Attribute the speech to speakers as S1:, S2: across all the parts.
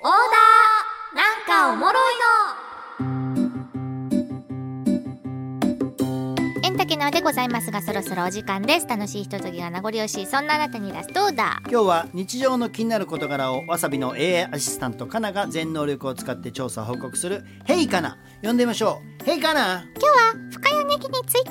S1: オーダーなんかおもろいのエンタケナでございますがそろそろお時間です楽しいひとときが名残惜しいそんなあなたにラストオーダー
S2: 今日は日常の気になる事柄をわさびの AI アシスタントかなが全能力を使って調査報告する「ヘイかな」呼んでみましょう「ヘイかな
S1: 深谷ネギについて、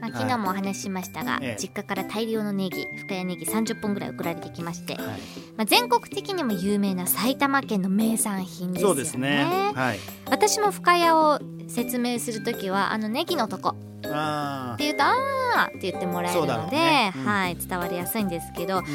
S1: まあ、昨日もお話ししましたが、
S2: ええ
S1: 実家から大量のネギ深谷ネギ30本ぐらい送られてきまして、」
S2: はい
S1: まあ、全国的にも有名な埼玉県の名産品です
S2: そ
S1: よ
S2: うですねはい
S1: 私も深谷を説明するときはあのネギのとこ
S2: あ
S1: って言うと「あー」って言ってもらえる
S2: そうだろ
S1: の
S2: う
S1: で、
S2: ねうん
S1: はい、伝わりやすいんですけど
S2: ー、うん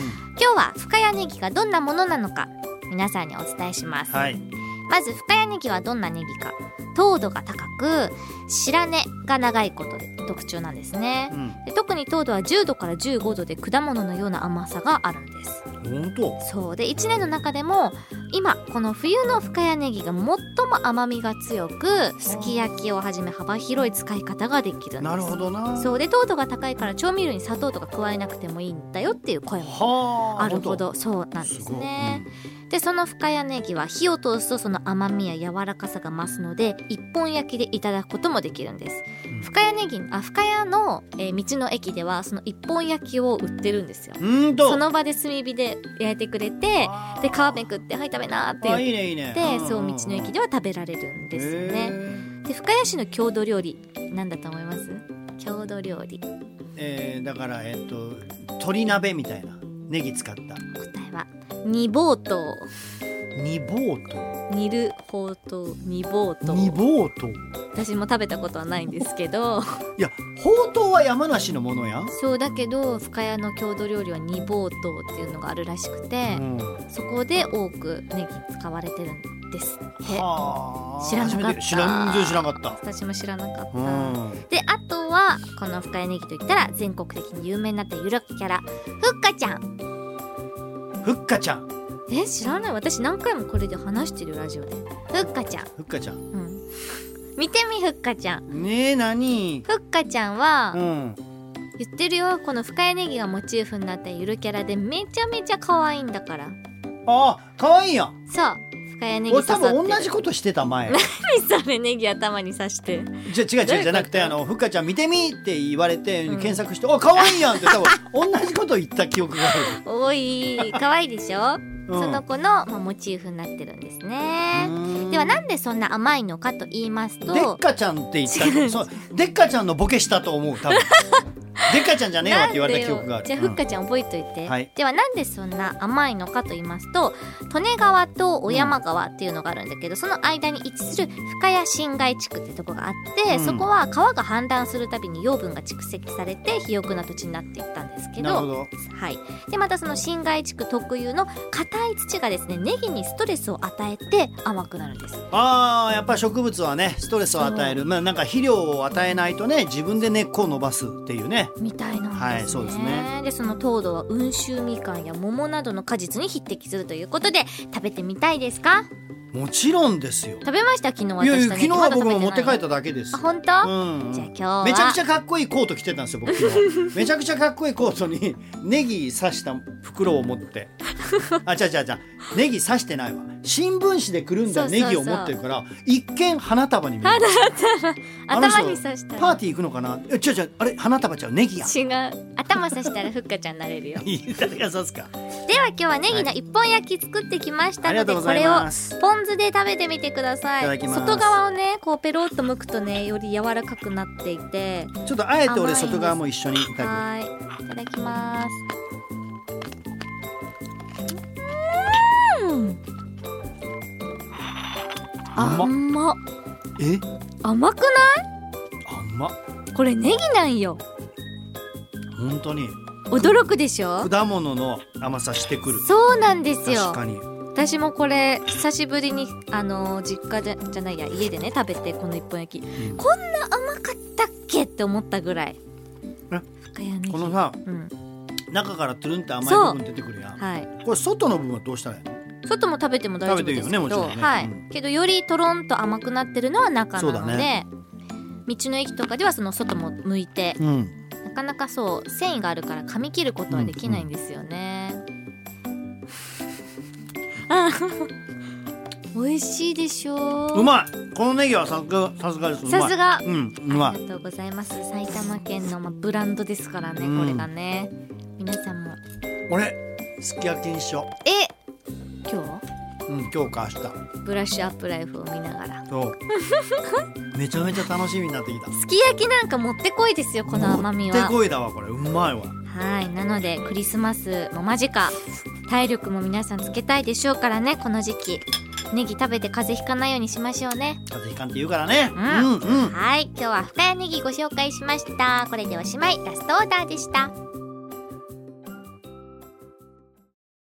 S1: 今日は深谷ネギがどんなものなのか皆さんにお伝えします、
S2: はい
S1: まず深谷ネギはどんなネギか糖度が高く白根が長いことで特徴なんですね
S2: うん
S1: で特に糖度は10度から15度で果物のような甘さがあるんです
S2: 本当
S1: そうで1年の中でも今この冬の深谷ネギが最も甘みが強くすき焼きをはじめ幅広い使い方ができるんです
S2: なるほどな
S1: そうで糖度が高いから調味料に砂糖とか加えなくてもいいんだよっていう声も
S2: はあ
S1: あるほ
S2: 本
S1: どそう
S2: 当
S1: なんですす
S2: ごい
S1: ねでその深谷ネギは火を通すとその甘みや柔らかさが増すので一本焼きでいただくこともできるんです
S2: うん
S1: 深谷ネギあ深谷の、えー道の駅ではその一本焼きを売ってるんですよ
S2: うんうんと
S1: その場で炭火で焼いてくれて
S2: あー
S1: で皮めくって「はい食べな」って
S2: あい
S1: 言
S2: いねいいね
S1: って
S2: ん
S1: そう道の駅では食べられるんですよね
S2: へ
S1: で深谷市の郷土料理なんだと思います郷土料理答
S2: ーえーだからえっと鶏鍋みたいなネギ使った
S1: えは煮ぼうと
S2: 煮ぼうと
S1: う煮るほうとう煮ぼうとう
S2: 煮ぼうとう
S1: 私も食べたことはないんですけ ど
S2: いやほうとうは山梨のものやん、
S1: そうだけど深谷の郷土料理は煮ぼうとうっていうのがあるらしくて、
S2: うん
S1: そこで多くネギ使われてるんですって
S2: はあ
S1: 知らなかった
S2: 初めて知らん全然知らなかった
S1: 私も知らなかった、
S2: うん
S1: であとはこの深谷ネギといったら全国的に有名になったゆるキャラふっかちゃん
S2: ふっかちゃん
S1: え知らない私何回もこれで話してるよラジオでふっかちゃん、
S2: ふっかちゃん
S1: うん 見てみふっかちゃん
S2: ねえ何
S1: ふっかちゃんは、
S2: うん
S1: 言ってるよこの深谷ネギがモチーフになったゆるキャラでめちゃめちゃ可愛いんだから
S2: あ可愛いやん
S1: そう深谷ネギ刺
S2: 俺
S1: さ
S2: 多
S1: ってる
S2: 分同じことしてた前
S1: 何 それネギ頭に刺して
S2: じゃ違う
S1: どういうこと
S2: 違うじゃなくてあのふっかちゃん見てみって言われて
S1: うん
S2: 検索して「あ可愛いやん」って多分同じこと言った記憶がある、
S1: おい可愛いでしょ、
S2: うん
S1: その子の、まあ、モチーフになってるんですねでは
S2: な
S1: なんでそんな甘いのかと言いますと
S2: でっかちゃんって言ったけ
S1: 違
S2: ど
S1: う
S2: そうでっかちゃんのボケしたと思う多分でっかちゃんじゃねえわって言われた記憶が
S1: な
S2: ある
S1: んでよじゃあふっかちゃん覚えといて、
S2: はい
S1: ではなんでそんな甘いのかと言いますと利根川と小山川っていうのがあるんだけど、その間に位置する深谷新街地区ってとこがあって、
S2: うん
S1: そこは川が氾濫するたびに養分が蓄積されて肥沃な土地になっていったんです
S2: う
S1: け
S2: んなるほ
S1: ど
S2: ど
S1: はい、でまたその新街地区特有の硬い土がですねネギにストレスを与えて甘くなるんです
S2: あーやっぱ植物はねストレスを与える、まあ、なんか肥料を与えないとね自分で根っこを伸ばすっていうね
S1: みたいなんですね,、
S2: はいそうですね
S1: でその糖度は温州みかんや桃などの果実に匹敵するということで食べてみたいですか
S2: もちろんですよ
S1: 食べました昨日
S2: いや
S1: 私と
S2: いや昨
S1: ね
S2: 日は僕も持
S1: ま
S2: って
S1: だ食べ
S2: 帰
S1: ない
S2: っただけです
S1: あ本当、
S2: うん
S1: じゃあ今日は
S2: めちゃくちゃかっこいいコート着てたんですよ僕昨 日めちゃくちゃかっこいいコートにネギ刺した袋を持ってあちゃちゃちゃネギ刺してないわ新聞紙でくるんだネギを持ってるから一見花束に見えるあの人
S1: 頭に刺した
S2: パー
S1: ら
S2: ティー行くのかなえちゃちゃあれ花束ちゃうネギや
S1: 違う頭刺したらふっかちゃんになれるよ
S2: いい誰が刺すか
S1: では今日はネギの一本焼き作ってきました
S2: あり
S1: の
S2: が
S1: で、
S2: とうご
S1: こ
S2: ざい
S1: れを
S2: ます
S1: ポン酢で食べてみてください
S2: いただきます
S1: 外側をねこうペロッと剥くとねより柔らかくなっていて
S2: ちょっとあえて
S1: 甘い
S2: 俺
S1: です
S2: 外側も一緒にいただきます
S1: はーいいただきますうーん
S2: う
S1: 甘っ
S2: え
S1: 甘くな
S2: 甘っ
S1: いこれネギなんよ
S2: 本当に
S1: 驚くでしょ
S2: 果物の甘さしてくる
S1: そうなんです
S2: 確
S1: よ
S2: かに
S1: 私もこれ久しぶりにあの実家じゃじゃないや家でね食べてこの一本焼き、
S2: ん
S1: こんな甘かったっけって思ったぐらい
S2: え
S1: 深谷ネギ
S2: このさ
S1: うん
S2: 中からトゥルンって甘い部分出てくるやん
S1: はい
S2: これ外の部分はどうしたらいいの
S1: 外も食べても大丈夫ですけど、
S2: 食べていいよねもちろんね
S1: はい、
S2: うん
S1: けどよりとろんと甘くなってるのは中なの
S2: そう
S1: で、
S2: だね
S1: 道の駅とかではその外も向いて
S2: うん
S1: なかなかそう繊維があるから噛み切ることはできないんですよね、あ 美味しいでしょ
S2: うまいこのネギはさすがさすがですうまい
S1: さすが
S2: うんう
S1: あ
S2: ま
S1: りがとうございます埼玉県のまあブランドですからね、
S2: うん
S1: これがね皆さんも
S2: い俺すき焼きにしよ
S1: え今
S2: う、うん、今日か明日
S1: 日ブラッシュアップライフを見ながら
S2: そう めちゃめちゃ楽しみになってきた
S1: すき焼きなんかもってこいですよこの甘み
S2: もっ
S1: は
S2: てこいだわこれうまいわ
S1: はいなのでクリスマスも間近体力も皆さんつけたいでしょうからねこの時期ネギ食べて風邪ひかないようにしましょうね
S2: 風邪ひかんって言うからね
S1: う
S2: うんんうん
S1: はい今日は深谷ネギご紹介しましたこれでおしまいラストオーダーでした